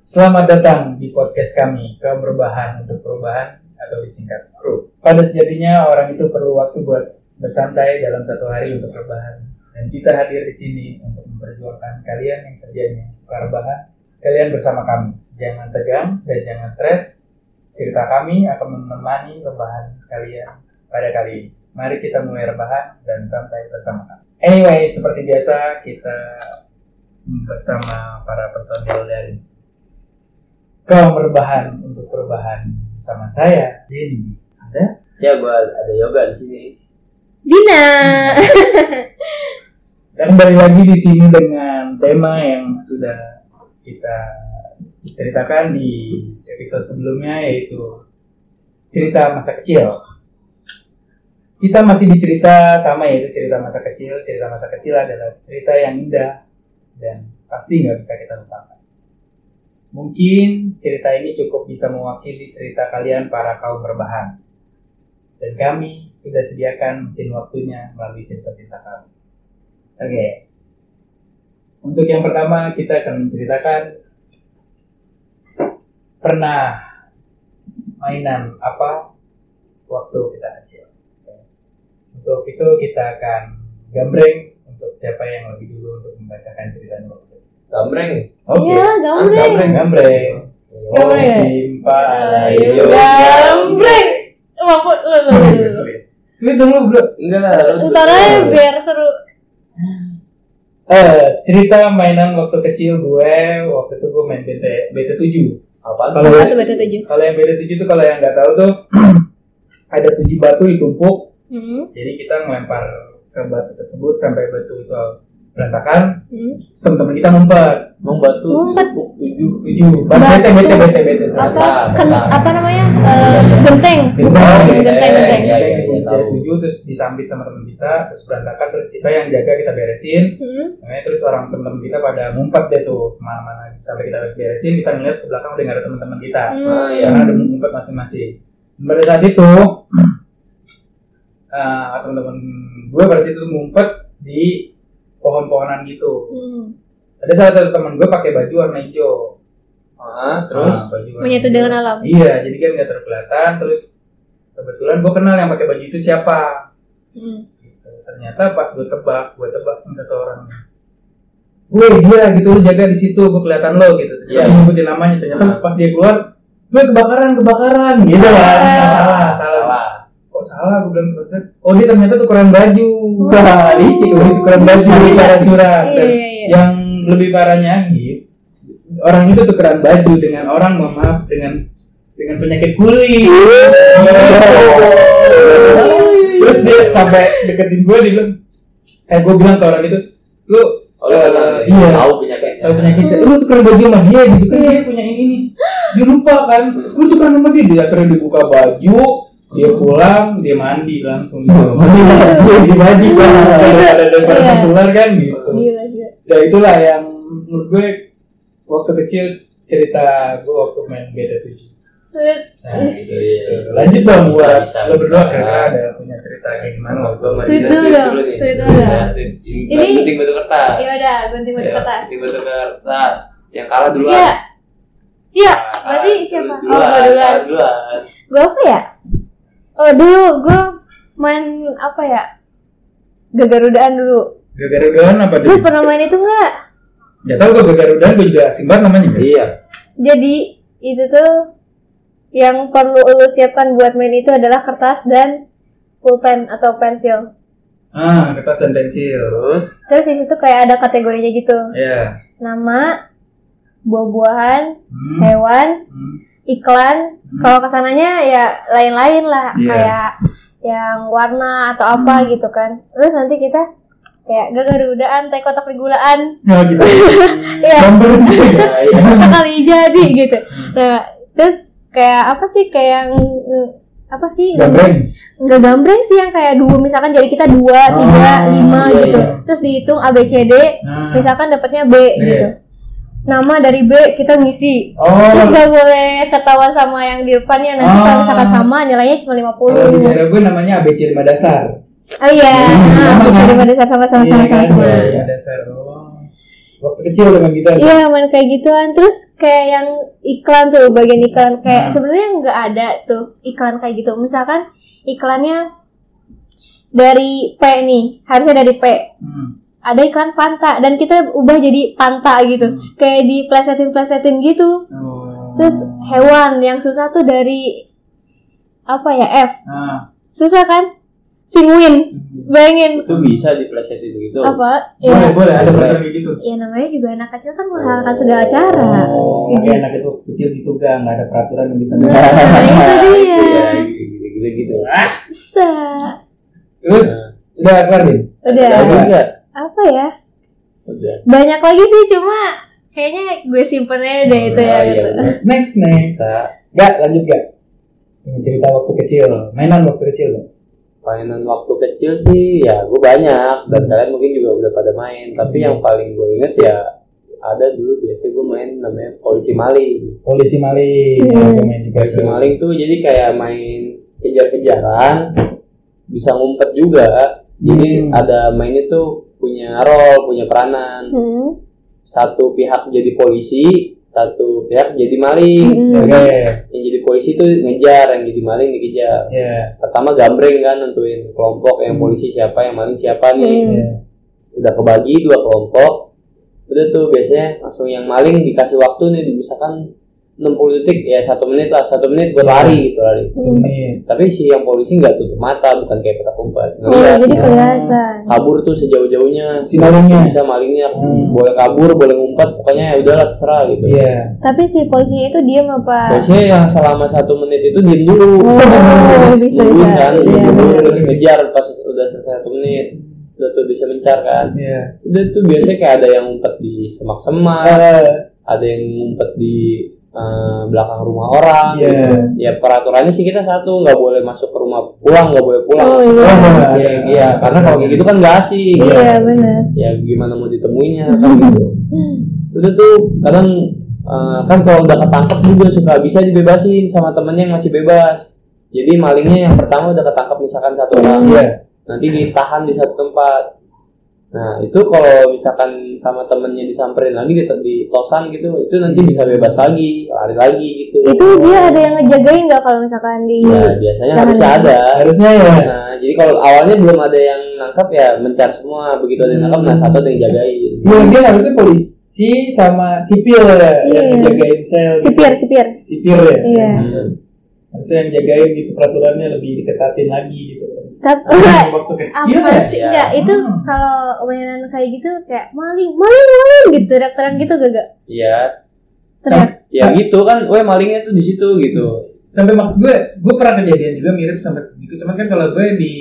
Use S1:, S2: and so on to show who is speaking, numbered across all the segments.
S1: Selamat datang di podcast kami, kaum perubahan untuk perubahan atau disingkat kru. Pada sejatinya orang itu perlu waktu buat bersantai dalam satu hari untuk rebahan. Dan kita hadir di sini untuk memperjuangkan kalian yang kerjanya suka rebahan. Kalian bersama kami, jangan tegang dan jangan stres. Cerita kami akan menemani rebahan kalian pada kali ini. Mari kita mulai rebahan dan santai bersama kami. Anyway, seperti biasa kita bersama para personil dari kaum berbahan untuk perubahan sama saya Denny ada
S2: Ya gue ada yoga di sini.
S3: Dina.
S1: dan kembali lagi di sini dengan tema yang sudah kita ceritakan di episode sebelumnya yaitu cerita masa kecil kita masih dicerita sama yaitu cerita masa kecil cerita masa kecil adalah cerita yang indah dan pasti nggak bisa kita lupakan mungkin cerita ini cukup bisa mewakili cerita kalian para kaum berbahan dan kami sudah sediakan mesin waktunya melalui cerita-cerita kami. Oke. Untuk yang pertama kita akan menceritakan pernah mainan apa waktu kita kecil. Oke. Untuk itu kita akan gambreng untuk siapa yang lebih dulu untuk membacakan cerita waktu.
S2: Gambreng.
S1: Oke.
S3: Ya, gambreng.
S2: Gambreng.
S1: Gambreng. Oh,
S3: Gambreng. Ya,
S1: Timpa
S3: Ayo
S2: Ayo,
S3: gambreng. Mampus lu lu. lu.
S1: Sulit dulu bro.
S2: Enggak lah. lu-
S3: Utaranya biar seru.
S1: Eh, cerita mainan waktu kecil gue waktu itu gue main BT BT7
S2: Apa?
S1: Kalau-
S3: Apa tuh beta tujuh?
S1: kalau yang BT7 itu kalau yang nggak tahu tuh ada tujuh batu ditumpuk
S3: Hmm.
S1: jadi kita melempar ke batu tersebut sampai batu itu berantakan
S3: hmm.
S1: terus teman-teman kita ngumpet
S2: Membatu.
S3: Ngumpet.
S2: Tujuh.
S1: tujuh batu BT
S3: Batu.
S1: BT BT BT salah.
S3: Apa? Ken,
S2: Bentar.
S3: apa namanya? Eh, genteng.
S1: Genteng. ya.
S3: Bukan genteng, genteng.
S2: Iya, iya, iya,
S1: Jadi
S2: tahu.
S1: tujuh terus disambit sama teman kita terus berantakan terus kita yang jaga kita beresin
S3: Hmm.
S1: Makanya terus orang teman-teman kita pada ngumpet deh tuh kemana-mana sampai kita beresin kita ngeliat ke belakang udah nggak ada teman-teman kita
S3: Hmm.
S2: Ah, iya.
S1: karena Ya, ada ngumpet masing-masing. Pada saat itu eh, teman-teman gue pada situ ngumpet di pohon-pohonan gitu.
S3: Hmm.
S1: Ada salah satu teman gue pakai baju warna hijau.
S2: Ah, terus.
S1: Ah, baju warna
S3: Menyatu
S1: hijau.
S3: dengan alam.
S1: Iya, jadi kan nggak terkelihatan. Terus kebetulan gue kenal yang pakai baju itu siapa.
S3: Hmm.
S1: gitu. ternyata pas gue tebak gue tebak nih satu orang Woi dia gitu lu jaga di situ gue kelihatan lo gitu
S2: Iya.
S1: ternyata yeah. nyebutin namanya ternyata
S2: Hmm.
S1: pas dia keluar gue kebakaran kebakaran gitu kan
S3: Ah.
S1: Nah, salah salah kok salah gue bilang kebakaran oh dia ternyata tukeran baju
S3: iya,
S1: wah licik loh tukeran baju
S3: Bisa, bisa.
S1: cara curang
S3: Iya,
S1: Dan
S3: iya, iya.
S1: yang lebih parahnya gitu orang itu tukeran baju dengan orang mohon maaf dengan dengan penyakit kulit
S3: Iya.
S1: terus dia sampai deketin gue dia bilang eh gue bilang ke orang itu lu
S2: Oh, lu
S1: eh,
S2: kenal ya?
S1: iya
S2: Tahu penyakitnya.
S1: tahu penyakit dia. lu tukeran baju sama dia gitu kan dia punya ini nih dia lupa kan lu tukeran sama dia dia akhirnya dibuka baju dia pulang dia mandi langsung gitu. mandi baju dia baju kan daripada daripada
S3: Iya.
S1: tertular kan gitu
S3: Gila, gila.
S1: ya itulah yang menurut gue waktu kecil cerita gue waktu main beda tujuh
S3: Wait,
S1: Nah,
S3: is-
S2: gitu, iya.
S1: lanjut dong
S2: Bisa,
S1: buat
S2: bisa,
S1: lo berdua
S2: bisa.
S1: karena ada punya cerita kayak gimana waktu
S2: Gua
S3: Sweet
S2: masih
S3: dulu
S2: sweet
S3: dong,
S2: nih.
S3: sweet dulu.
S2: Nah, sweet.
S3: Ini-
S2: Ini penting batu kertas.
S3: Ya udah, gunting batu
S2: Iya,
S3: kertas.
S2: penting batu kertas. Yang kalah duluan. Nah,
S3: Iya. Iya,
S2: Kalah
S3: berarti siapa? Oh,
S2: Duluan.
S3: gua duluan.
S2: kalah duluan.
S3: gue apa ya? Oh dulu gue main apa ya? Gagarudaan dulu.
S1: Gagarudan apa
S3: Lu
S1: tuh?
S3: pernah main itu nggak?
S1: Gak tau gue Gagarudan gue juga asing banget namanya Bro.
S2: Iya.
S3: Jadi itu tuh yang perlu lu siapkan buat main itu adalah kertas dan pulpen atau pensil.
S1: Ah kertas dan pensil
S2: Terus.
S3: Terus di situ kayak ada kategorinya gitu.
S1: Ya
S3: Nama, buah-buahan,
S1: Hmm,
S3: hewan,
S1: hmm.
S3: iklan.
S1: Hmm.
S3: Kalau kesananya ya lain-lain
S1: Iya.
S3: lah
S1: Hmm.
S3: kayak yang warna atau apa gitu kan. Terus nanti kita kayak gagarudaan, teh kotak pergulaan.
S1: Nah gitu
S3: Iya.
S1: Gambar gitu ya
S2: Iya.
S3: sekali jadi gitu. Nah, terus kayak apa sih kayak ng- ng- apa sih
S1: Gambreng
S3: nggak gambreng sih yang kayak dua misalkan jadi kita dua
S1: Oh,
S3: tiga lima
S1: iya,
S3: gitu
S1: iya.
S3: terus dihitung A B C D
S1: Nah.
S3: misalkan dapatnya B,
S1: B.
S3: gitu nama dari B kita ngisi
S1: Oh
S3: terus gak boleh ketahuan sama yang di depannya nanti
S1: Ah.
S3: kalau misalkan sama nilainya cuma 50
S1: Kalau di daerah gue namanya ABC 5 dasar
S3: oh iya
S1: Hmm,
S3: nah,
S1: sama,
S3: kita
S1: kan?
S3: daripada sama sama sama
S1: Iya,
S3: sama
S1: kan?
S3: sama
S1: Iya, dasar Oh. waktu kecil dengan kita itu.
S3: Iya main kayak gituan terus kayak yang iklan tuh bagian iklan
S1: Hmm.
S3: kayak sebenarnya nggak ada tuh iklan kayak gitu misalkan iklannya dari P nih harusnya dari P
S1: Hmm.
S3: ada iklan Fanta dan kita ubah jadi Panta
S1: Hmm.
S3: gitu kayak di plesetin plesetin gitu
S1: Oh.
S3: terus hewan yang susah tuh dari apa ya F
S1: Nah,
S3: susah kan penguin
S1: hmm.
S3: bayangin
S2: Itu bisa diplesetin gitu.
S3: apa
S1: boleh
S3: ya
S1: boleh ada program kayak gitu.
S3: ya namanya juga anak kecil kan menghalalkan segala cara
S1: Oh, makanya anak itu kecil gitu gak, nggak ada peraturan yang
S3: Iya.
S1: bisa
S2: Nah,
S1: mengatur.
S3: itu dia.
S2: gitu ya, gitu, gitu, gitu.
S1: Ah,
S3: bisa
S1: Terus udah kelar Din?
S3: udah
S1: Udah.
S2: Udah.
S3: apa ya
S2: Udah.
S3: banyak lagi sih cuma kayaknya gue simpen aja deh itu ya
S2: Ah, iya,
S3: gitu.
S2: bener.
S1: Next next.
S2: Bisa
S1: Gak lanjut gak? Ini cerita waktu kecil, mainan waktu kecil gak?
S2: mainan waktu kecil sih ya gue banyak dan kalian mungkin juga udah pada main tapi yang paling gue inget ya ada dulu biasanya gue main namanya polisi maling
S1: Polisi maling,
S3: Hmm.
S1: ada main juga.
S2: polisi maling tuh jadi kayak main kejar-kejaran bisa ngumpet juga jadi
S1: Hmm.
S2: ada mainnya tuh punya role punya peranan
S3: Hmm.
S2: satu pihak jadi polisi satu pihak jadi maling
S3: Hmm.
S1: Oke,
S2: yang jadi polisi tuh ngejar yang jadi maling dikejar
S1: ya.
S2: pertama gambreng kan nentuin kelompok
S1: Hmm.
S2: yang polisi siapa yang maling siapa nih
S3: Hmm.
S1: ya.
S2: udah kebagi dua kelompok udah tuh biasanya langsung yang maling dikasih waktu nih misalkan 60 detik ya satu menit lah satu menit buat lari gitu lari
S3: Hmm.
S1: Ini
S2: tapi si yang polisi nggak tutup mata bukan kayak petak umpet
S3: Oh,
S2: Ngeliat,
S3: jadi
S2: ya.
S3: kelihatan
S2: kabur tuh
S1: iya,
S2: sejauh-jauhnya
S1: si malingnya.
S2: bisa malingnya
S1: Hmm.
S2: boleh kabur boleh ngumpet pokoknya ya udahlah terserah gitu
S1: Iya.
S3: tapi si polisinya itu diam apa
S2: biasanya yang selama satu menit itu diem dulu
S3: oh bisa
S2: Nungguin
S3: bisa
S2: kan
S3: iya
S2: nungguin dulu
S3: benar.
S2: terus ngejar pas udah selesai satu menit udah tuh bisa mencar kan
S1: Iya.
S2: udah tuh biasanya kayak ada yang ngumpet di
S3: Iya,
S2: semak-semak
S1: Eh,
S2: ada yang ngumpet di eh, belakang rumah orang
S1: Iya.
S2: ya peraturannya sih kita satu nggak boleh masuk ke rumah pulang nggak boleh pulang
S3: oh iya
S1: Wah,
S2: Iya,
S1: ada.
S2: iya karena kalau kayak gitu kan nggak asik
S3: iya benar
S2: ya gimana mau ditemuinya kan gitu udah tuh kadang eh, kan kalau udah ketangkep juga suka bisa dibebasin sama temennya yang masih bebas jadi malingnya yang pertama udah ketangkep misalkan satu orang
S1: Iya.
S2: nanti ditahan di satu tempat nah itu kalau misalkan sama temennya disamperin lagi di, di tosan gitu itu nanti bisa bebas lagi lari lagi gitu
S3: itu dia ada yang ngejagain nggak kalau misalkan di
S2: ya biasanya
S3: Tahan
S2: harusnya
S3: lagi.
S2: ada
S1: Harusnya ya.
S3: Iya.
S2: nah jadi kalau awalnya belum ada yang nangkap ya mencar semua begitu ada yang nangkap nah satu ada yang jagain
S1: Iya, dia harusnya polisi sama sipil ya,
S3: Iya.
S1: yang jagain sel.
S3: sipir sipir
S1: Sipil ya.
S3: Iya.
S2: Hmm.
S1: Harusnya yang jagain gitu peraturannya lebih diketatin lagi gitu.
S3: tapi
S1: Waktu kecil
S3: Oh, iya. apa
S1: ya.
S3: sih
S2: Iya.
S3: enggak itu
S1: Hmm.
S3: kalau mainan kayak gitu kayak maling maling maling gitu teriak-teriak gitu gak gak
S2: iya
S3: teriak
S2: ya gitu kan weh malingnya tuh di situ gitu
S1: sampai maksud gue gue pernah kejadian juga mirip sampai gitu cuman kan kalau gue di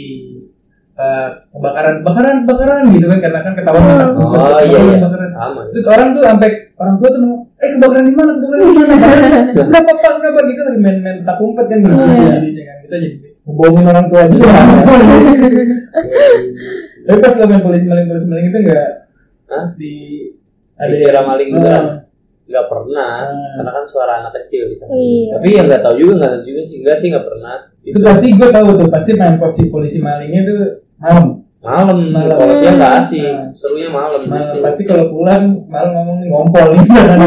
S1: eh, kebakaran kebakaran kebakaran gitu kan karena kan ketahuan
S3: Hmm.
S1: kan,
S2: oh iya iya
S1: kebakaran.
S2: sama
S1: terus orang tuh sampai orang tua tuh mau eh kebakaran di mana kebakaran di mana Kebakaran- kenapa pak kenapa gitu lagi main-main tak umpet kan gitu
S3: Iya.
S1: jadinya kan kita jadi bohongin orang tua juga tapi pas lo main polisi maling polisi maling itu enggak
S2: Hah?
S1: di
S2: Dikira maling beneran.
S1: Ah.
S2: nggak pernah karena kan suara anak kecil bisa
S3: Iya.
S2: tapi ya nggak tahu juga nggak tahu juga sih nggak sih nggak pernah
S1: itu pasti gue tahu tuh pasti main polisi polisi malingnya tuh malam
S2: malam
S1: Malam.
S2: kalau siang nggak
S3: Ah.
S2: asik
S1: Hmm.
S2: serunya malam
S1: Nah,
S2: gitu.
S1: pasti kalau pulang malu ngomong nih ngompol nih ya. lari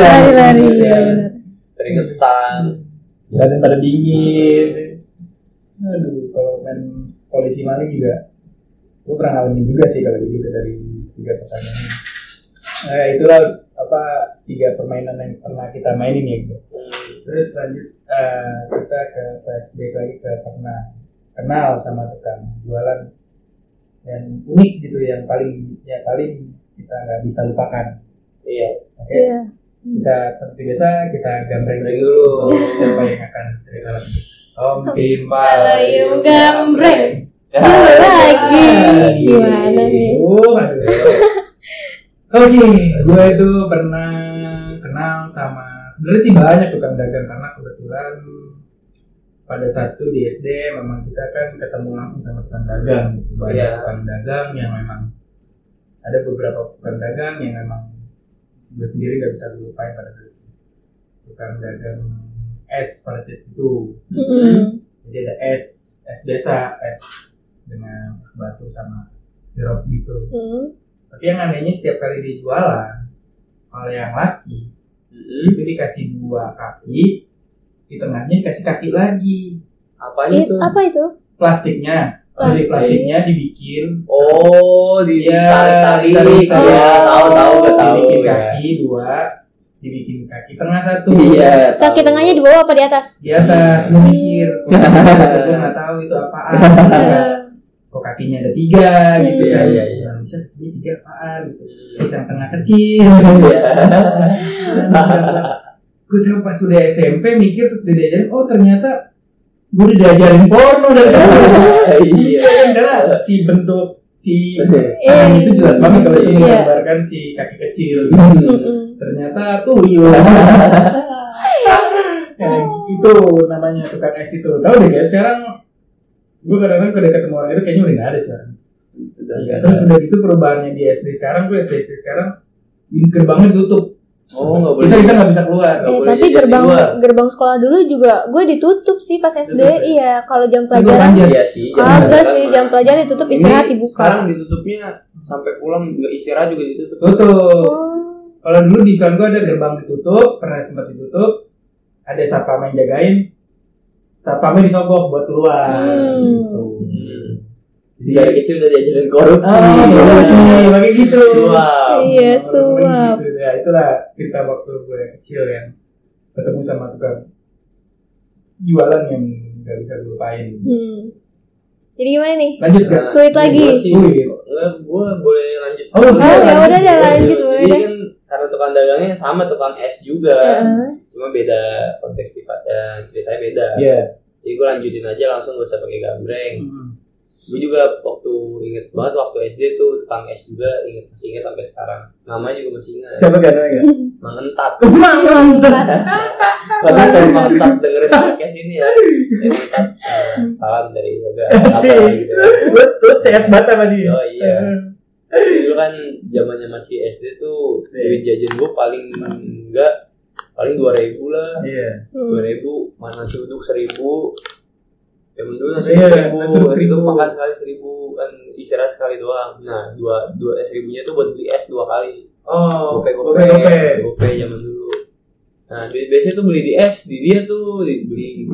S3: lari-lari ya
S2: Iya.
S3: benar
S2: keringetan
S1: badan pada dingin aduh kalau main polisi maling juga gue pernah ngalamin juga sih kalau gitu dari tiga pertanyaan nah, itulah apa tiga permainan yang pernah kita mainin ya gitu.
S2: Hmm.
S1: terus lanjut eh, kita ke flashback lagi ke pernah kenal sama tukang jualan yang unik gitu yang paling ya paling kita nggak bisa lupakan
S2: iya
S1: oke
S3: iya
S1: kita seperti biasa kita gambreng
S2: Gambreng dulu.
S1: siapa yang akan cerita lagi Om Pimpal
S3: Kalayum gambreng.
S2: Ya.
S3: Yuk, lagi
S1: Hai.
S3: gimana nih
S1: Uh, aduh. Oke, gue itu pernah kenal sama sebenarnya sih banyak tukang dagang karena kebetulan pada satu di SD memang kita kan ketemu langsung sama tukang dagang gitu. banyak
S2: Iya.
S1: tukang dagang yang memang ada beberapa tukang dagang yang memang gue sendiri gak bisa lupain pada saat itu tukang dagang es pada saat itu
S3: Mm-mm.
S1: jadi ada es es biasa es dengan es batu sama sirup gitu
S3: Mm.
S1: Tapi yang anehnya setiap kali dia jualan, kalau yang laki
S2: Hmm.
S1: itu dikasih dua kaki, di tengahnya dikasih kaki lagi.
S2: Apa
S3: It,
S2: itu?
S3: apa itu?
S1: Plastiknya, dari
S3: Plastik.
S1: plastiknya dibikin,
S2: Oh, di
S1: Iya,
S2: tarik
S1: ditarik.
S2: tarik ya, tahu tahu gue tahu
S1: dibikin
S2: ya.
S1: kaki dua, dibikin kaki tengah satu.
S2: Iya. tahu.
S3: Kaki tengahnya di bawah apa di atas?
S1: Di atas, gue mikir, gue nggak tahu itu
S2: Nah,
S1: apaan. kok kakinya ada tiga gitu
S2: Iya,
S1: ya
S2: iya, iya.
S1: Nah, bisa ini tiga apaan gitu. terus yang tengah kecil
S2: Iya.
S1: gue tahu pas udah SMP mikir terus udah diajarin oh ternyata gue udah diajarin porno dari kecil
S2: Iya.
S1: karena si bentuk si
S2: nah,
S3: Iya.
S1: tangan itu jelas banget kalau itu
S2: Iya.
S1: menggambarkan si kaki kecil
S3: Mm-mm.
S1: ternyata tuyul Nah, itu namanya tukang es itu tahu deh guys sekarang gue kadang-kadang kalau ketemu orang itu kayaknya udah gak ada sekarang Iya, terus udah gitu perubahannya di SD sekarang, gue SD SD sekarang gerbangnya ditutup.
S2: Oh, nggak boleh.
S1: Kita kita nggak bisa keluar.
S2: Nggak
S3: Eh,
S2: boleh
S3: tapi
S2: jajan di
S3: gerbang
S2: luar.
S3: gerbang sekolah dulu juga gue ditutup sih pas SD
S1: Ditutup ya?
S3: iya kalau jam
S1: Ditutup
S3: pelajaran
S1: aja.
S2: Iya sih. jam
S3: kagak
S2: pelajaran
S3: sih
S2: mah.
S3: jam pelajaran ditutup
S2: Ini
S3: istirahat dibuka
S2: Sekarang ditutupnya sampai pulang nggak istirahat juga ditutup.
S1: Tutup.
S3: Oh.
S1: Kalau dulu di sekolah gue ada gerbang ditutup, pernah sempat ditutup. Ada satpam yang jagain. Satpamnya disogok buat keluar.
S3: Hmm.
S1: Gitu.
S2: Jadi dari kecil udah diajarin korupsi.
S1: Ah, iya sih, kayak gitu.
S2: Suap.
S3: iya
S1: Temen-temen
S3: suap
S1: Gitu. Ya, itulah cerita waktu gue kecil yang ketemu sama tukang jualan yang nggak bisa gue lupain.
S3: hmm. jadi gimana nih
S1: Lanjut
S2: Nah,
S1: gak?
S3: Sweet lagi.
S2: gua sih-
S1: Sweet.
S2: Enggak, gue boleh lanjut.
S1: Oh, Oh, boleh, ya
S3: udah deh,
S2: Iya,
S3: lanjut,
S2: iya.
S3: boleh
S2: Jadi
S3: deh.
S2: kan karena tukang dagangnya sama tukang es juga,
S3: Heeh.
S2: cuma beda konteks sifatnya, ceritanya beda.
S1: Iya.
S2: Jadi gue lanjutin aja langsung gak usah pakai gambreng.
S1: Hmm.
S2: Gue juga waktu inget banget waktu SD tuh tukang es juga inget masih inget sampai sekarang. Namanya juga masih inget.
S1: Siapa gak ada lagi?
S2: Mang Entat.
S3: Mantap.
S2: Tapi kalau Mang Entat dengerin podcast ini ya, Mang Entat eh, salam dari yoga. Apa
S1: Asik.
S2: gitu.
S1: Lu lu CS banget sama dia.
S2: Oh iya. dulu kan zamannya masih SD tuh
S1: SD.
S2: duit jajan gue paling enggak paling dua ribu lah
S1: Iya.
S2: dua
S3: Hmm.
S2: ribu mana nasi uduk seribu zaman dulu nasi
S1: Iya,
S2: uduk seribu
S1: nasi uduk
S2: nasi uduk
S1: seribu.
S2: makan sekali seribu kan istirahat sekali doang nah dua dua es ribunya tuh buat beli es dua kali
S1: Oh,
S2: gope gope
S1: gope gope.
S2: gope zaman dulu nah bi- biasanya tuh beli di es di dia tuh di- beli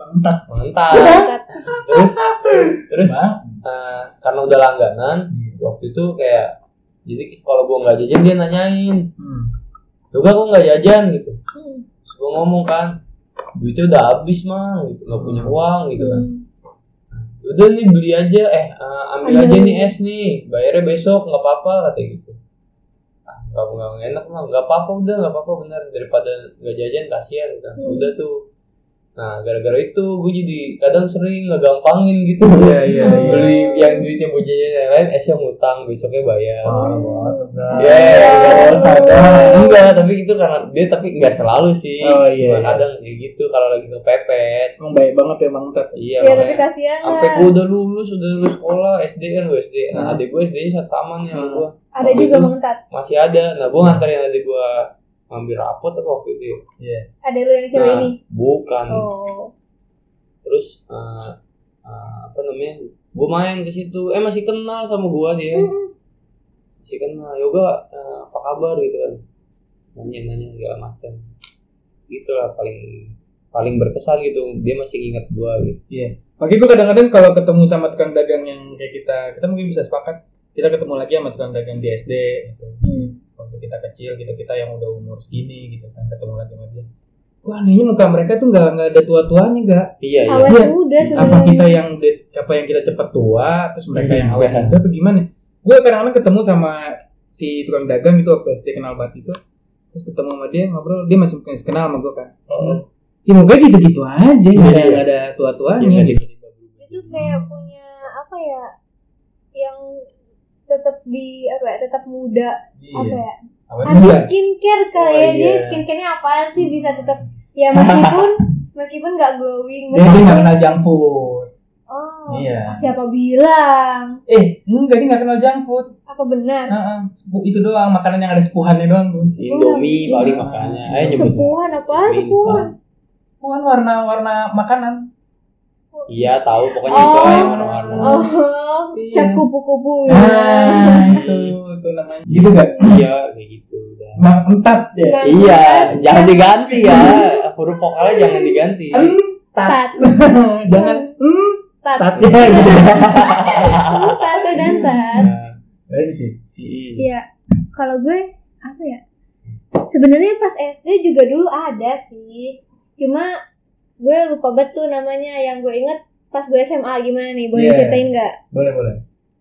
S1: Entah. Iya.
S2: mental terus terus
S1: Bang.
S2: eh, karena udah langganan
S1: Iya.
S2: waktu itu kayak jadi kalau gua nggak jajan dia nanyain
S1: Hmm.
S2: juga gua nggak jajan gitu
S3: Hmm.
S2: Terus gua ngomong kan duitnya udah habis mah gitu nggak punya uang gitu
S1: Iya.
S2: kan udah nih beli aja eh eh, ambil
S3: Ambil.
S2: aja nih es nih bayarnya besok nggak apa-apa katanya gitu ah nggak nggak nggak enak mah nggak apa-apa udah nggak apa-apa bener daripada nggak jajan kasihan gitu
S3: Hmm.
S2: udah tuh nah gara-gara itu gue jadi kadang sering ngegampangin gitu
S1: Iya, iya, iya.
S2: beli yang duitnya mau jajan yang lain esnya ngutang besoknya bayar
S1: Parah banget. Bang.
S2: Ya, nggak dosa, Bang.
S1: Bang.
S2: enggak, tapi itu karena dia tapi nggak selalu sih.
S1: Oh, iya,
S2: Cuma
S1: iya.
S2: Kadang kayak gitu kalau lagi kepepet.
S1: Emang baik banget ya Bang Tat.
S2: Iya.
S3: ya tapi
S2: makanya.
S3: kasihan
S2: Sampai
S3: lah
S2: gua udah lulus, udah lulus sekolah SD kan gua SD. Nah,
S1: Hmm.
S2: adik gua SD nya satu sama nih sama
S1: Hmm.
S2: gua.
S3: ada
S2: Waktu
S3: juga
S2: itu
S3: mengentat
S2: Masih ada. Nah, gua nganterin adik gua ngambil rapot apa waktu itu. ya?
S3: ada lu yang cewek
S2: Nah,
S3: ini
S2: Bukan.
S3: oh
S2: Terus eh, eh, apa namanya? Gua main ke situ. Eh masih kenal sama gua dia.
S3: Mm-mm.
S2: sih kan "Nah, yoga eh, apa kabar gitu kan nanya nanya segala macam gitulah paling paling berkesan gitu dia masih ingat gua gitu
S1: Makanya gue kadang-kadang kalau ketemu sama tukang dagang yang kayak kita, kita mungkin bisa sepakat kita ketemu lagi sama tukang dagang di SD gitu.
S3: Hmm.
S1: waktu kita kecil gitu kita yang udah umur segini gitu kan ketemu lagi sama dia. Wah, anehnya muka mereka tuh nggak nggak ada tua-tuanya nggak.
S2: iya iya
S3: awet
S1: Iya.
S3: muda
S1: apa
S3: sebenarnya
S1: kita yang de- apa yang kita cepet tua terus mereka yang awet
S2: Iya.
S1: muda atau gimana gue kadang-kadang ketemu sama si tukang dagang itu waktu SD kenal banget itu terus ketemu sama dia ngobrol dia masih masih kenal sama gue kan
S2: Oh,
S1: ya mukanya gitu-gitu aja nggak ada
S2: Iya.
S1: nggak ada tua-tuanya
S2: Iya,
S1: gitu
S3: itu kayak punya apa ya yang tetap di apa ya tetap muda apa ya
S1: awet
S3: ada
S1: Iya. muda
S3: skincare kali
S1: Oh,
S3: ya
S1: iya.
S3: dia skincare-nya apa sih bisa tetap ya meskipun meskipun nggak glowing
S1: dia
S4: Iya.
S1: dia nggak
S3: meskipun
S1: kenal junk food
S3: oh
S1: Iya.
S3: siapa bilang
S1: eh enggak dia nggak kenal junk food
S3: apa benar
S1: Heeh, sepu- itu doang makanan yang ada sepuhannya doang tuh
S2: Indomie paling makannya
S1: Iya,
S2: eh nyebut
S3: sepuhan apa sepuhan
S1: sepuhan warna warna makanan
S2: Iya tahu pokoknya itu
S3: Oh.
S2: lah yang warna-warna.
S3: Oh,
S4: Iya.
S3: cat kupu-kupu.
S4: Nah, itu itu namanya. Gitu gak?
S2: Iya kayak gitu. udah.
S4: Mak entat ya.
S3: Nah,
S2: Iya
S3: kan?
S2: jangan diganti ya huruf vokalnya jangan diganti.
S4: Entat.
S3: Tat,
S4: Jangan
S3: tat,
S4: entat ya gitu.
S3: tat dan tat.
S2: Nah,
S4: Lanjut ya.
S2: mm.
S3: Iya, kalau gue apa ya? Sebenarnya pas SD juga dulu ada sih. Cuma gue lupa betul namanya yang gue inget pas gue SMA gimana nih? Boleh
S4: Iya.
S3: ceritain nggak?
S4: Boleh, boleh.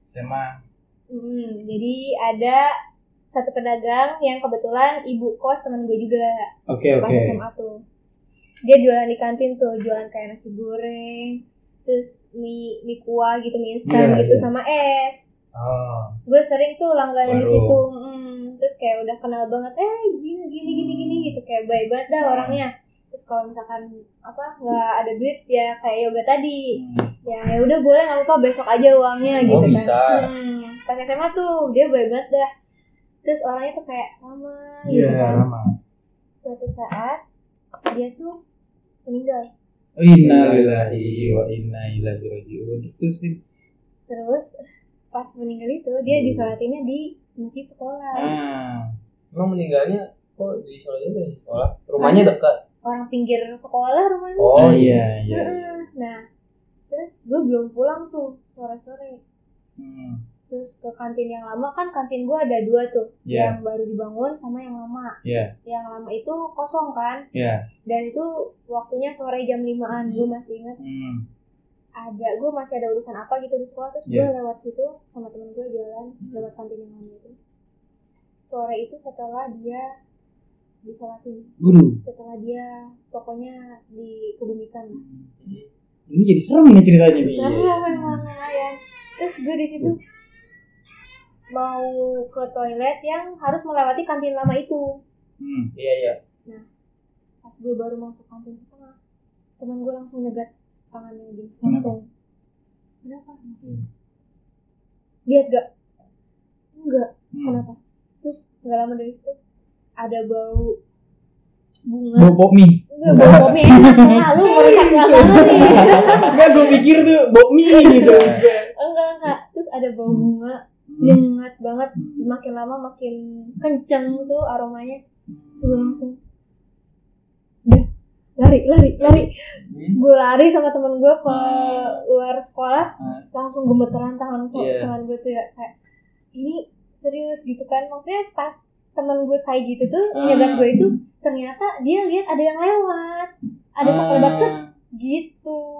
S4: Sama
S3: Hmm, jadi ada satu pedagang yang kebetulan ibu kos teman gue juga
S4: Oke,
S3: pas
S4: oke.
S3: SMA tuh. Dia jualan di kantin tuh, jualan kayak nasi goreng, terus mie mie kuah gitu, mie instan
S4: Iya,
S3: gitu
S4: iya.
S3: sama es.
S4: Oh.
S3: gue sering tuh langganan di
S4: Baru.
S3: situ mm, terus kayak udah kenal banget eh gini gini gini gini
S4: Hmm.
S3: gitu kayak baik banget
S4: Ah.
S3: dah orangnya terus kalau misalkan apa nggak ada duit ya kayak yoga tadi
S4: Hmm.
S3: ya ya udah boleh nggak apa besok aja uangnya
S2: Oh,
S3: gitu kan
S2: bisa.
S3: Hmm, pas SMA tuh dia baik banget dah terus orangnya tuh kayak lama
S4: Iya,
S3: gitu kan
S4: sama.
S3: suatu saat dia tuh meninggal
S4: Inna lillahi wa inna ilaihi rajiun. Terus nih.
S3: terus pas meninggal itu
S4: Hmm.
S3: dia disolatinnya di masjid sekolah
S4: Ah.
S2: Emang meninggalnya kok di sekolahnya dari sekolah? Rumahnya dekat.
S3: orang pinggir sekolah rumahnya
S4: Oh iya, iya.
S3: Heeh. Nah, terus gue belum pulang tuh sore-sore.
S4: Hmm.
S3: Terus ke kantin yang lama kan kantin gue ada dua tuh,
S4: Iya,
S3: yang baru dibangun sama yang lama.
S4: Iya.
S3: Yang lama itu kosong kan,
S4: iya.
S3: dan itu waktunya sore jam 5-an. Gue masih ingat
S4: Hmm.
S3: ada, gue masih ada urusan apa gitu di sekolah terus
S4: Iya.
S3: gue lewat situ sama temen gue jalan lewat kantin yang lama itu. Sore itu setelah dia disolatin,
S4: Guru.
S3: setelah dia pokoknya dikebumikan.
S4: Hmm. Ini jadi serem nih ceritanya nih.
S3: Serem memang nelayan. Terus gue di situ mau ke toilet yang harus melewati kantin lama itu.
S4: Hmm.
S2: Iya iya.
S3: Pas gue baru masuk kantin setengah, teman gue langsung nyegat tangannya gini.
S4: Kenapa?
S3: Langsung. Kenapa? Lihat gak? Enggak.
S4: Hmm.
S3: Kenapa? Terus nggak lama dari situ ada bau bunga.
S4: Bau pop mie.
S3: Enggak, bau kopi enak. Nah, lu merusak suasana nih.
S4: Enggak gue pikir tuh bau mie gitu.
S3: enggak, enggak. Terus ada bau bunga.
S4: Iya.
S3: nyengat banget makin lama makin kenceng tuh aromanya Terus gue langsung udah lari lari lari gue lari sama temen gue ke luar sekolah
S4: Hmm.
S3: langsung gemeteran tangan so-
S2: Iya.
S3: tangan gue tuh ya kayak ini serius gitu kan maksudnya pas temen gue kayak gitu tuh
S4: Hmm.
S3: nyegat gue itu ternyata dia lihat ada yang lewat
S4: Hmm.
S3: ada sekelebat set gitu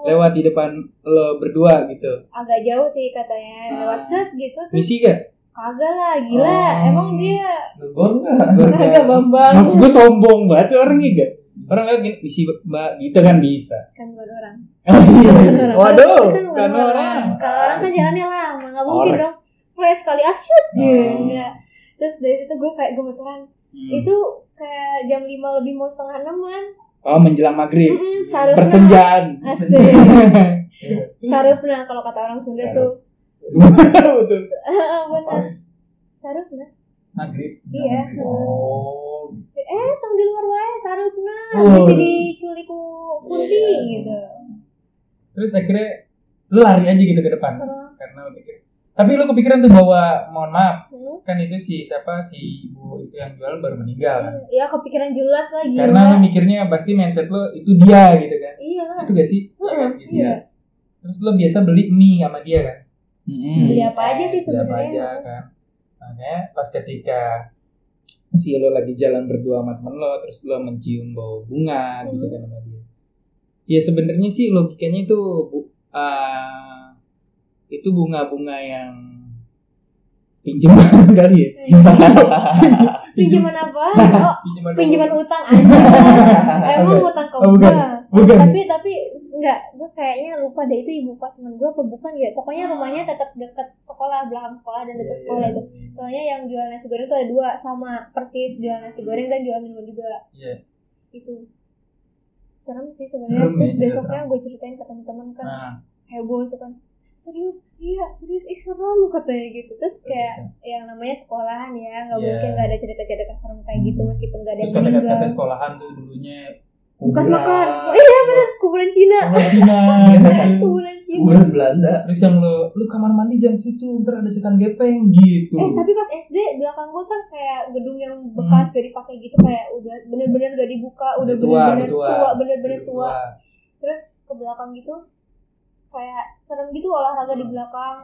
S4: Ah, Lewat di depan lo berdua gitu.
S3: agak jauh sih katanya lewat
S4: Hmm.
S3: set gitu tuh
S4: Misi gak?
S3: kagak lah gila
S4: Oh.
S3: emang dia
S2: Ngegor nggak?
S3: Agak bambang
S4: Maksud gue sombong banget tuh orangnya gak? Orang liat gini, misi mbak gitu kan bisa.
S3: Kan bukan orang Kan Bukan orang.
S4: Oh, iya, Waduh,
S3: Kan bukan orang. Kalau orang kan jalannya lama Gak mungkin
S4: Orang.
S3: dong Flash kali ah shoot gitu.
S4: Oh.
S3: Enggak Terus dari situ gue kayak gemeteran
S4: Hmm.
S3: Itu kayak jam 5 lebih mau setengah enaman
S4: Oh menjelang maghrib.
S3: Mm-mm, Nah. Sarupna
S4: Persenjaan.
S3: Asik Sarupna kalau kata orang Sunda tuh
S4: Betul.
S3: Bener Sarupna
S4: Maghrib.
S3: Iya.
S4: Oh.
S3: Eh tong di luar wae Sarupna
S4: Oh.
S3: Bisa diculik ku kunti
S2: Iya.
S3: gitu
S4: Terus akhirnya lu lari aja gitu ke depan
S3: Heeh.
S4: karena lu pikir. Tapi lu kepikiran tuh bahwa mohon maaf
S3: Hmm.
S4: kan itu si siapa si ibu itu yang jual baru meninggal kan?
S3: Ya kepikiran jelas lagi
S4: karena lu mikirnya pasti mindset lu itu dia gitu kan
S3: Iya lah
S4: itu gak sih Iya kan?
S3: Heeh,
S4: Gitu.
S3: Iya
S4: terus lu biasa beli mie sama dia kan
S3: Beli apa aja sih
S4: Beli apa
S3: sebenarnya?
S4: aja kan makanya pas ketika si lo lagi jalan berdua sama temen lo terus lo mencium bau bunga gitu
S3: Hmm.
S4: kan sama dia ya sebenarnya sih logikanya itu bu- ah, itu bunga-bunga yang pinjaman kali ya
S3: Iya. Pinjaman apa? Oh,
S4: pinjaman
S3: pinjaman utang aja emang utang ke
S4: Oh, bukan.
S3: gua
S4: Bukan.
S3: tapi tapi enggak gue kayaknya lupa deh itu ibu pas temen gue apa bukan ya pokoknya rumahnya tetap deket sekolah belakang sekolah dan
S4: Iya,
S3: deket sekolah itu soalnya yang jual nasi goreng itu ada dua sama persis jual nasi goreng dan jual minuman juga
S4: Hmm. Iya.
S3: itu serem sih sebenarnya
S4: Serem
S3: terus
S4: ya,
S3: besoknya
S4: serem.
S3: gue ceritain ke teman-teman kan
S4: Nah,
S3: heboh tuh kan serius iya serius ih serem katanya gitu terus kayak yang namanya sekolahan ya nggak
S4: Iya. Hmm.
S3: mungkin nggak ada cerita-cerita serem kayak gitu meskipun nggak ada
S4: Terus
S3: yang
S4: kata-kata
S3: meninggal
S4: sekolahan tuh dulunya
S3: bekas makan oh, iya bener kuburan Cina
S4: Orang Cina. gitu.
S3: kuburan Cina
S5: Kuburan Belanda.
S4: Terus
S3: Iya.
S4: yang lo, lu kamar mandi jangan situ, ntar ada setan gepeng gitu.
S3: eh tapi pas SD belakang gua kan kayak gedung yang bekas gak dipakai gitu kayak udah bener-bener gak dibuka udah
S4: Hmm. Udah tua,
S3: bener-bener
S4: udah
S3: tua,
S4: tua.
S3: bener-bener tua. terus ke belakang gitu kayak serem gitu olahraga
S4: Hmm.
S3: di belakang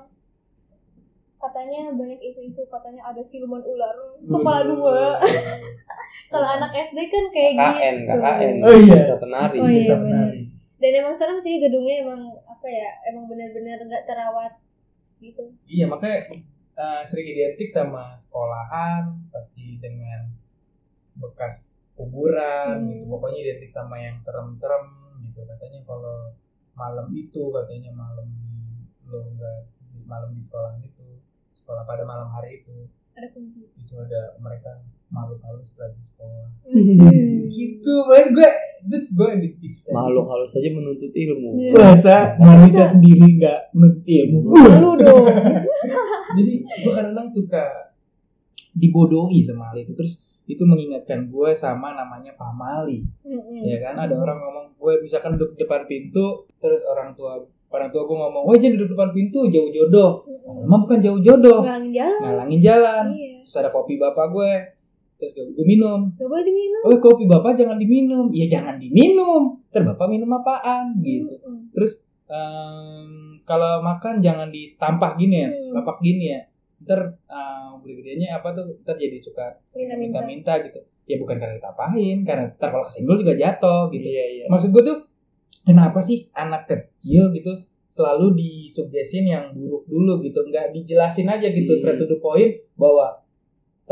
S3: katanya banyak isu-isu katanya ada siluman ular kepala dua kalau anak SD kan kayak
S2: KKN,
S3: gitu
S2: KKN.
S4: Oh, iya.
S2: Bisa penari.
S3: Oh, iya,
S4: Bisa
S3: bener.
S4: menari.
S3: dan emang serem sih gedungnya emang apa ya emang benar-benar nggak terawat gitu
S4: Iya makanya eh, sering identik sama sekolahan pasti dengan bekas kuburan
S3: Hmm.
S4: gitu pokoknya identik sama yang serem-serem gitu katanya kalau malam itu katanya malam lo nggak malam di sekolah itu sekolah pada malam hari itu
S3: ada kunci
S4: itu ada mereka malu halus lagi sekolah
S3: Hmm.
S4: gitu banget gue terus gue di, di
S2: Makhluk halus saja menuntut ilmu.
S3: Oh, Iya.
S4: bahasa manusia sendiri nggak menuntut ilmu
S3: malu dong
S4: jadi gue kadang-kadang suka dibodohi sama hal itu terus itu mengingatkan gue sama namanya pamali
S3: Mm-mm.
S4: ya kan ada orang ngomong gue misalkan duduk depan pintu terus orang tua orang tua gue ngomong wah jangan duduk depan pintu jauh jodoh
S3: Mm-mm.
S4: emang bukan jauh jodoh
S3: ngalangin jalan
S4: ngalangin jalan
S3: iya
S4: terus ada kopi bapak gue terus gue, gue minum
S3: gak boleh diminum
S4: oh kopi bapak jangan diminum ya jangan diminum ntar bapak minum apaan gitu
S3: Mm-mm.
S4: Terus em, kalau makan jangan ditampak gini ya,
S3: Hmm.
S4: lapak gini ya. Ntar eh, gede-gedenya apa tuh ntar jadi suka
S3: Minta-minta.
S4: minta-minta gitu. Ya bukan karena ditapain, karena ntar kalau kesenggol juga jatuh gitu.
S2: Iya, iya.
S4: Maksud gue tuh kenapa sih anak kecil gitu selalu disugesin yang buruk dulu gitu, nggak dijelasin aja
S3: Iya.
S4: gitu
S2: Hmm.
S4: straight to the point bahwa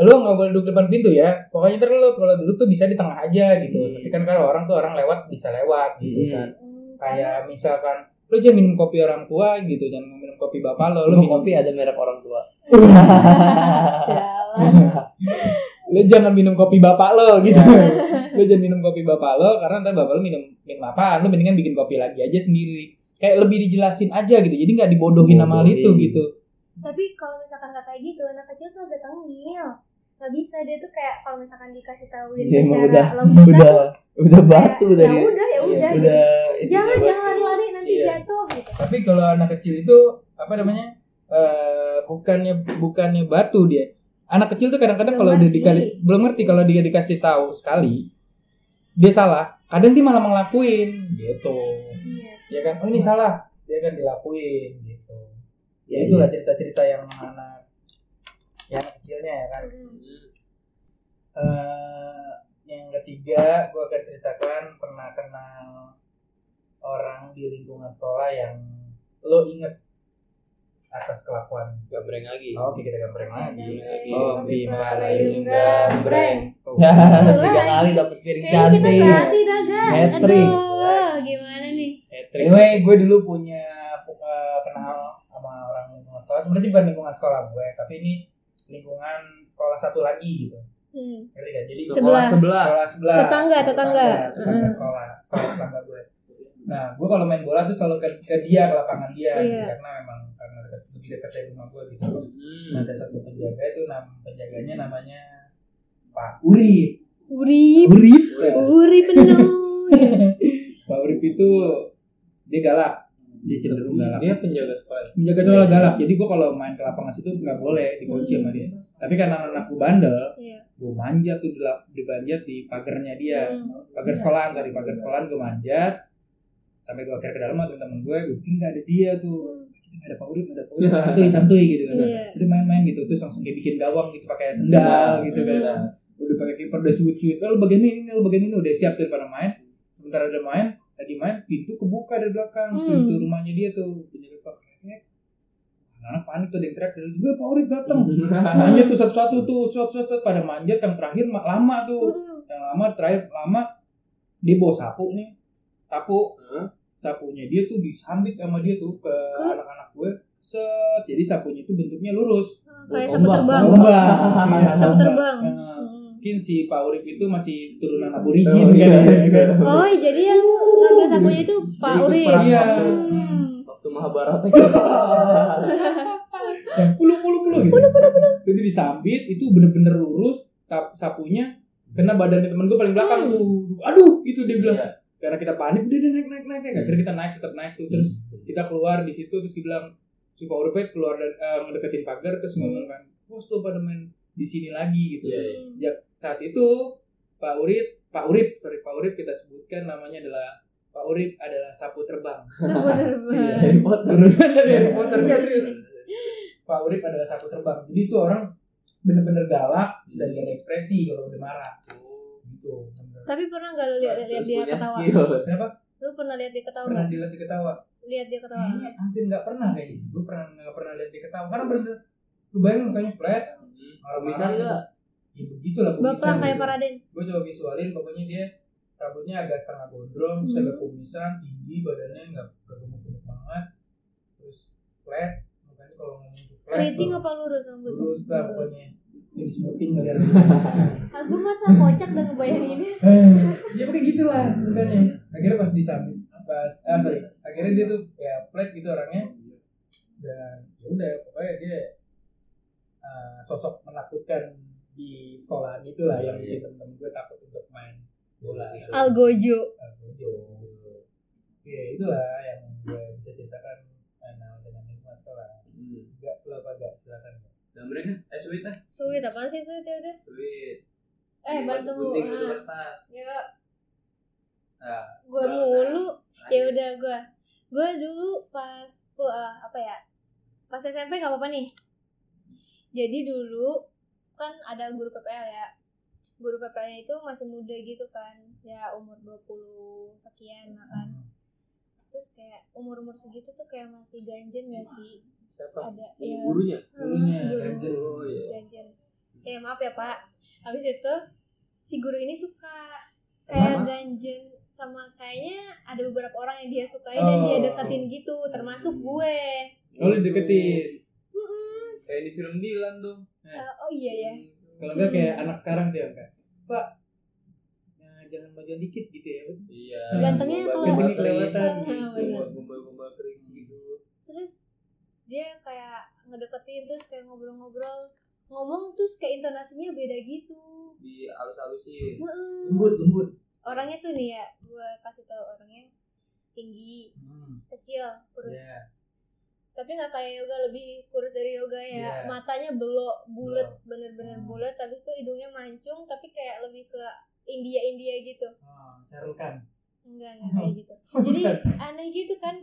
S4: lo nggak boleh duduk depan pintu ya pokoknya ntar lo kalau duduk tuh bisa di tengah aja gitu
S3: Iya.
S2: Hmm.
S4: tapi kan kalau orang tuh orang lewat bisa lewat
S2: Hmm.
S4: gitu kan
S3: Mm, karena-
S4: kayak misalkan lu jangan minum kopi orang tua gitu jangan minum kopi bapak lo lu
S2: Lu mau
S4: minum
S2: kopi ada merek orang tua.
S3: Jalan.
S4: lu jangan minum kopi bapak lo gitu lu jangan minum kopi bapak lo karena ntar bapak lo minum minum apa lu mendingan bikin kopi lagi aja sendiri kayak lebih dijelasin aja gitu jadi nggak dibodohin sama hal itu
S2: Bodohin.
S4: gitu
S3: tapi kalau misalkan nggak kayak gitu anak kecil tuh agak tengil nggak bisa dia tuh kayak kalau misalkan dikasih tahuin
S2: Dia Iya, emang udah-
S3: secara lembut
S2: Udah
S3: tuh
S2: udah
S3: kayak,
S2: batu
S3: ya
S2: tadi. Iya,
S3: udah ya udah gitu.
S2: Udah itu
S3: jangan
S2: dia
S3: jangan
S2: batu.
S3: lari-lari nanti
S4: Iya.
S3: jatuh gitu
S4: tapi kalau anak kecil itu apa namanya eh bukannya bukannya batu dia anak kecil tuh kadang-kadang
S3: Belum
S4: kalau udah
S3: ngerti.
S4: dikali belum ngerti kalau dia dikasih tahu sekali dia salah kadang dia malah ngelakuin gitu
S3: iya
S4: ya kan oh ini salah dia kan dilakuin gitu
S2: Iya,
S4: ya itulah cerita-cerita yang anak yang kecilnya ya kan
S2: Iya.
S3: Mm-mm.
S4: Eh, yang ketiga gue akan ceritakan pernah kenal orang di lingkungan sekolah yang lo inget atas kelakuan
S2: Gambreng lagi.
S4: oh, oke kita gambreng lagi
S2: Oh,
S4: Bima
S3: Layung Gambreng.
S4: Oh.
S2: Ya, tiga
S3: lagi.
S2: kali dapat piring
S3: Kayaknya kita
S2: cantik.
S3: sehati dah guys.
S2: Hat-trick.
S3: Aduh, gimana nih?
S2: Hat-trick.
S4: Anyway, gue dulu punya eh, kenal sama orang lingkungan sekolah. Sebenarnya sih bukan lingkungan sekolah gue, tapi ini lingkungan sekolah satu lagi gitu.
S3: Hmm.
S4: Ngerti gak? Jadi
S2: Sekolah
S3: Sebelah. Hmm.
S2: sebelah.
S4: sekolah sebelah.
S3: Tetangga, tetangga.
S4: tetangga sekolah, sekolah tetangga gue. Nah, gue kalau main bola tuh selalu ke, ke dia, ke lapangan dia, gitu.
S3: Iya.
S4: karena memang karena dekat, lebih dekat dari rumah gue gitu. Nah,
S2: Hmm.
S4: ada satu penjaga itu, nama penjaganya namanya Pak Urip.
S3: Urip,
S4: Urip.
S3: urip penuh. gitu.
S4: Pak Urip itu dia galak, dia cenderung galak.
S2: Dia penjaga sekolah.
S4: menjaga cowok galak jadi gua kalau main ke lapangan situ nggak boleh dikunci sama dia tapi karena anak gua bandel
S3: Iya.
S4: gua manjat tuh di lap- dibanjat di pagernya dia
S3: Hmm.
S4: pagar sekolahan tadi pagar sekolahan gua manjat sampai gua akhir ke dalam sama temen gue gue nggak ada dia tuh nggak ada paurit ada paurit santuy santuy gitu kan
S3: Iya.
S4: udah main-main gitu terus langsung dia bikin gawang gitu pakai sendal gitu kan
S3: Hmm.
S4: udah pakai kiper udah suit suit lalu bagian ini lalu bagian ini udah siap daripada main sebentar udah main lagi main pintu kebuka dari belakang
S3: Hmm.
S4: pintu rumahnya dia tuh penjaga pas anak panik tuh ada yang teriak dari gue favorit
S1: Iya.
S4: dateng
S1: Hmm.
S4: manjat tuh satu-satu tuh satu-satu pada manjat yang terakhir ma- lama tuh
S3: Mm-mm.
S4: yang lama terakhir lama dia bawa sapu nih sapu
S2: Hah?
S4: sapunya dia tuh disambit sama dia tuh ke
S3: Ke?
S4: anak-anak gue set jadi sapunya itu bentuknya lurus
S3: Kayak sapu
S2: Ombak,
S3: terbang.
S2: ombak.
S4: Iya,
S3: Sapu
S4: ombak.
S2: Hmm.
S3: terbang.
S4: Nah,
S3: Mm.
S4: mungkin si Pak Urip itu masih turunan aborigin
S2: Oh,
S4: kan
S2: iya.
S4: ya, kan?
S3: Oh, jadi yang ngambil sapunya itu Pak
S2: Jadi ikut
S3: Urip.
S2: perang
S4: Iya.
S2: waktu,
S3: Hmm.
S2: waktu Mahabharata.
S4: yang puluh puluh puluh gitu. Jadi disambit itu bener-bener lurus, tap- sapunya Karena badannya temen gue paling belakang
S3: Hmm.
S4: tuh. Aduh, itu dia bilang.
S1: Iya.
S4: Karena kita panik, dia, dia naik, naik, naik, naik. Akhirnya kita naik, tetap naik tuh. Terus kita keluar di situ, terus dia bilang, si Power Pet keluar dan eh, ngedeketin pagar, terus
S2: Hmm.
S4: ngomong kan, bos tuh pada main di sini lagi gitu.
S2: Iya, iya.
S4: Sejak saat itu, Pak Urip, Pak Urip, sorry Pak Urip kita sebutkan namanya adalah Pak Urip adalah sapu terbang.
S3: Sapu
S4: Iya,
S3: terbang.
S4: Harry Potter. Turunan dari
S3: Iya,
S4: Harry Potter Nggak, serius. Pak Urip adalah sapu terbang. Jadi itu orang bener-bener galak dan
S2: Hmm.
S4: gak ada ekspresi kalau udah marah. Gitu. bener.
S3: Tapi pernah nggak lo lihat lihat
S2: Terus
S3: dia
S2: punya
S3: ketawa?
S2: skill.
S4: Kenapa?
S3: Lu pernah lihat dia ketawa
S4: Pernah
S3: nggak?
S4: dilihat diketawa.
S3: Lihat dia ketawa.
S2: Iya.
S4: Kayaknya hampir nggak pernah kayaknya sih. Gue pernah nggak pernah lihat diketawa. Karena bener lu bayangin mukanya flat. Orang
S2: Bisa nggak?
S4: Ya begitu lah.
S3: Baperan kayak Paraden.
S4: Gue coba visualin pokoknya dia rambutnya agak setengah gondrong, terus
S3: Hmm.
S4: agak kumisan, tinggi, badannya nggak gemuk-gemuk banget. Terus flat, mukanya kalau ngomong tuh flat.
S3: Keriting apa gitu? lurus rambutnya?
S4: lurus lah pokoknya ini smoothing ya. ngeliat
S3: Aku masa kocak dan ngebayanginnya.
S4: ya pakai gitulah bukannya akhirnya pas disambit pas ah sorry akhirnya dia tuh ya flat gitu orangnya dan ya udah pokoknya dia eh, sosok menakutkan di sekolahan itulah yang bikin temen-temen gue takut untuk main bola
S3: Algojo.
S4: Nah, gitu. Oke, itulah yang gue bisa ceritakan kenal dengan lingkungan sekolah.
S2: Hmm.
S4: Enggak, lu apa enggak? Silakan.
S2: Dan mereka, eh sweet ah,
S3: Sulit apa sih sulit ya udah?
S2: sweet.
S3: Eh
S2: Ini
S3: bantu
S2: gunting, butuh
S3: gua.
S2: kertas.
S3: Ya
S2: Nah,
S3: gue
S2: Udah,
S3: mulu
S2: lanjut.
S4: Iya.
S3: ya udah gue gue dulu pas gua, eh, apa ya pas SMP nggak apa-apa nih jadi dulu kan ada guru PPL ya guru PPL -nya itu masih muda gitu kan ya umur 20 sekian lah kan terus kayak umur umur segitu tuh kayak masih ganjen gak sih
S4: Siapa?
S3: ada ya
S6: gurunya
S4: Gurunya,
S3: Hmm, guru.
S4: ganjen.
S6: oh iya
S3: ganjen ya maaf ya pak habis itu si guru ini suka
S2: Sama
S3: kayak ganjen sama kayaknya ada beberapa orang yang dia sukai dan
S4: Oh.
S3: dia deketin gitu termasuk gue
S4: Oh, lu deketin.
S3: Mm-mm.
S2: Kayak di film Dilan tuh.
S3: Eh, oh iya ya
S4: Kalau enggak kayak anak sekarang tuh ya, Kak. Pak, nah, jangan majuan dikit gitu ya.
S2: Iya.
S3: Gantengnya
S2: Gombal- gombal
S4: kelewatan.
S2: kering.
S3: Nah, bener.
S2: Iya, Gombal-gombal kering sih gitu.
S3: terus dia kayak ngedeketin terus kayak ngobrol-ngobrol ngomong terus kayak intonasinya beda gitu
S2: Di alus-alusin.
S3: Mm-mm.
S4: Lembut, lembut.
S3: orangnya tuh nih ya gue kasih tau orangnya tinggi
S4: Hmm.
S3: kecil kurus
S4: Iya.
S3: tapi nggak kayak yoga lebih kurus dari yoga ya
S4: Iya.
S3: matanya belok bulat
S4: Belok.
S3: bener-bener
S4: Hmm.
S3: bulat tapi tuh hidungnya mancung tapi kayak lebih ke India India gitu
S4: Oh, sarukan.
S3: enggak enggak
S4: Oh.
S3: kayak gitu jadi aneh gitu kan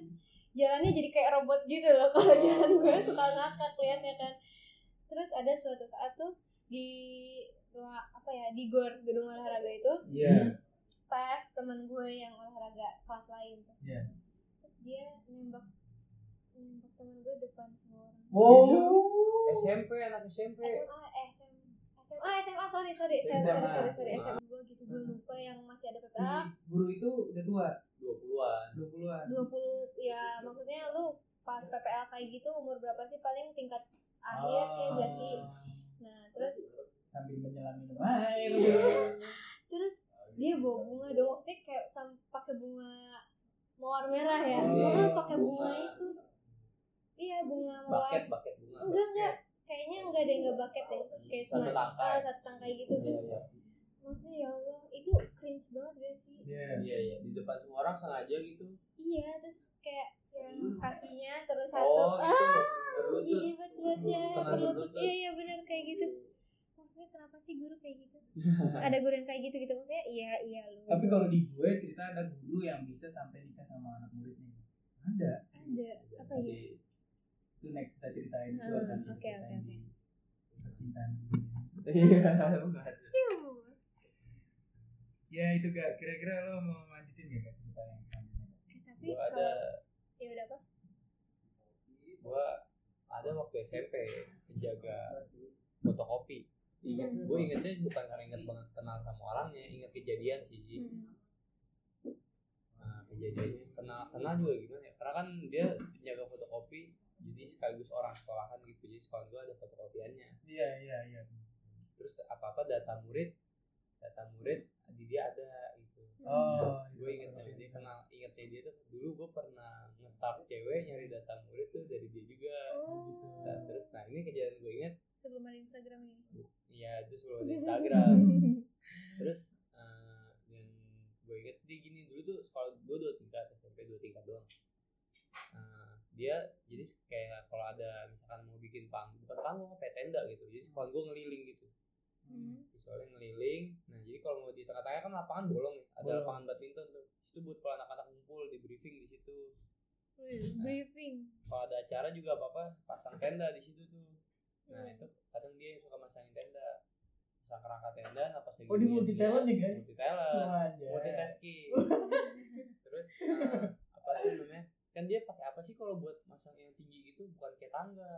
S3: jalannya jadi kayak robot gitu loh
S4: Oh.
S3: kalau jalan gue suka ngakak liatnya kan terus ada suatu saat tuh di ruang- apa ya di gor gedung olahraga itu Hmm.
S4: Iya.
S3: pas temen gue yang olahraga kelas lain tuh
S4: Iya.
S3: terus dia nembak nembak temen gue depan semua orang
S2: SMP, anak SMP.
S3: SMA eh SMA SMA SMA sorry sorry sorry
S4: SMA.
S3: sorry sorry, sorry SMA gue gitu
S4: Hmm.
S3: gue lupa yang masih ada
S4: Si
S3: PPH
S4: guru itu udah tua,
S2: 20-an.
S4: 20-an.
S3: 20 ya maksudnya lu pas PPL kayak gitu umur berapa sih paling tingkat akhir
S4: Ah.
S3: kayak gak sih nah terus
S4: Sambil menyelam minum air.
S3: terus dia bawa bunga dong dia kayak sam- pakai bunga mawar merah ya
S4: Oh,
S3: Heeh, pakai bunga
S2: Iya. bunga.
S3: itu iya bunga mawar
S2: Baket, baket bunga.
S3: enggak enggak kayaknya enggak deh enggak baket deh kayak
S2: Iya, Satu
S3: cuma-
S2: tangkai.
S3: ah, satu tangkai gitu
S2: Iya,
S3: terus
S2: iya.
S3: maksudnya ya Allah itu cringe banget gak sih
S4: Iya.
S2: Iya, iya. Di depan semua orang sengaja gitu.
S3: iya terus kayak yang kakinya terus satu
S2: Oh, gitu.
S3: ah
S2: Berlutut.
S3: Iya buat-buatnya
S2: Setengah
S3: berlutut.
S2: berlutut.
S3: Iya iya benar kayak gitu. Maksudnya kenapa sih guru kayak gitu? Ada guru yang kayak gitu gitu maksudnya? Iya iya lu.
S4: Tapi kalau di gue cerita ada guru yang bisa sampai nikah sama anak muridnya. Ada.
S3: ada apa ya?
S2: Jadi,
S4: Itu next kita ceritain itu
S3: Hmm,
S4: akan
S3: oke,
S4: kita ceritain
S3: oke,
S4: di percintaan.
S2: Iya, bukan.
S3: Cium.
S4: Ya itu gak kira-kira lo mau lanjutin gak Kak, cerita yang selanjutnya?
S3: Eh, tapi
S2: Gua ada
S3: kalau ya udah apa?
S2: gua ada waktu SMP penjaga fotokopi ingat
S3: Hmm.
S2: gue ingetnya bukan karena inget banget kenal sama orangnya inget kejadian sih
S3: Hmm.
S2: nah, kejadiannya kenal kenal juga gimana ya karena kan dia penjaga fotokopi jadi sekaligus orang sekolahan gitu jadi sekolah gue ada fotokopiannya
S4: Iya, iya, iya.
S2: terus apa apa data murid data murid di dia ada gitu
S4: Oh,
S2: gue ingetnya dia kenal ingetnya dia tuh dulu gue pernah nge-start cewek nyari data murid tuh dari dia juga
S3: Oh.
S2: Nah, terus nah ini kejadian ya, gue inget
S3: Sebelum ada Instagram ini. Hmm.
S2: Iya, itu sebelum ada Instagram. Terus jadi gini dulu tuh sekolah gue dua tingkat SMP dua tingkat doang Nah, dia jadi kayak kalau ada misalkan mau bikin pang bukan panggung apa ya, tenda gitu jadi sekolah gue ngeliling gitu
S4: iya.
S3: Hmm.
S2: soalnya ngeliling nah jadi kalau mau di tengah-tengah kan lapangan bolong nih ada
S4: Bolong.
S2: lapangan badminton tuh itu buat kalau anak-anak ngumpul di briefing di situ Nah.
S3: Wih, briefing.
S2: kalau ada acara juga apa apa pasang tenda di situ tuh nah
S3: Hmm.
S2: itu kadang dia yang suka masangin tenda pasang kerangka tenda nah pas lagi
S1: Oh, di
S2: dia-
S1: multi talent nih,
S3: ya?
S4: Iya.
S1: guys?
S2: multi talent
S3: iya.
S2: multitasking terus eh, apa sih namanya kan dia pakai apa sih kalau buat masang yang tinggi gitu bukan kayak tangga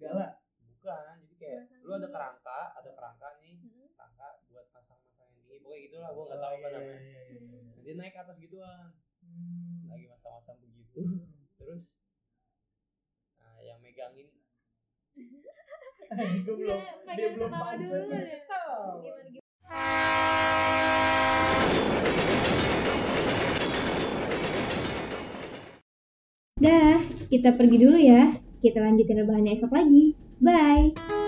S1: Gala.
S2: bukan jadi kayak
S3: Masang
S2: lu ada
S3: tinggi.
S2: kerangka ada kerangka nih
S3: Hmm.
S2: kerangka buat pasang-pasang yang tinggi pokoknya gitulah gua
S3: Oh,
S2: nggak
S1: Oh,
S3: iya,
S2: tahu apa
S1: iya,
S2: namanya Nah, dia naik ke atas gituan
S3: Hmm.
S2: lagi masang-masang begitu terus eh, yang megangin
S1: Gue belum.
S3: Nggak,
S1: Hmm, Dia
S3: Iya, pengen
S1: belum
S3: ketawa
S1: pansen.
S3: dulu deh. Gimana gimana?
S6: Dah, kita pergi dulu ya. Kita lanjutin rebahannya esok lagi. Bye.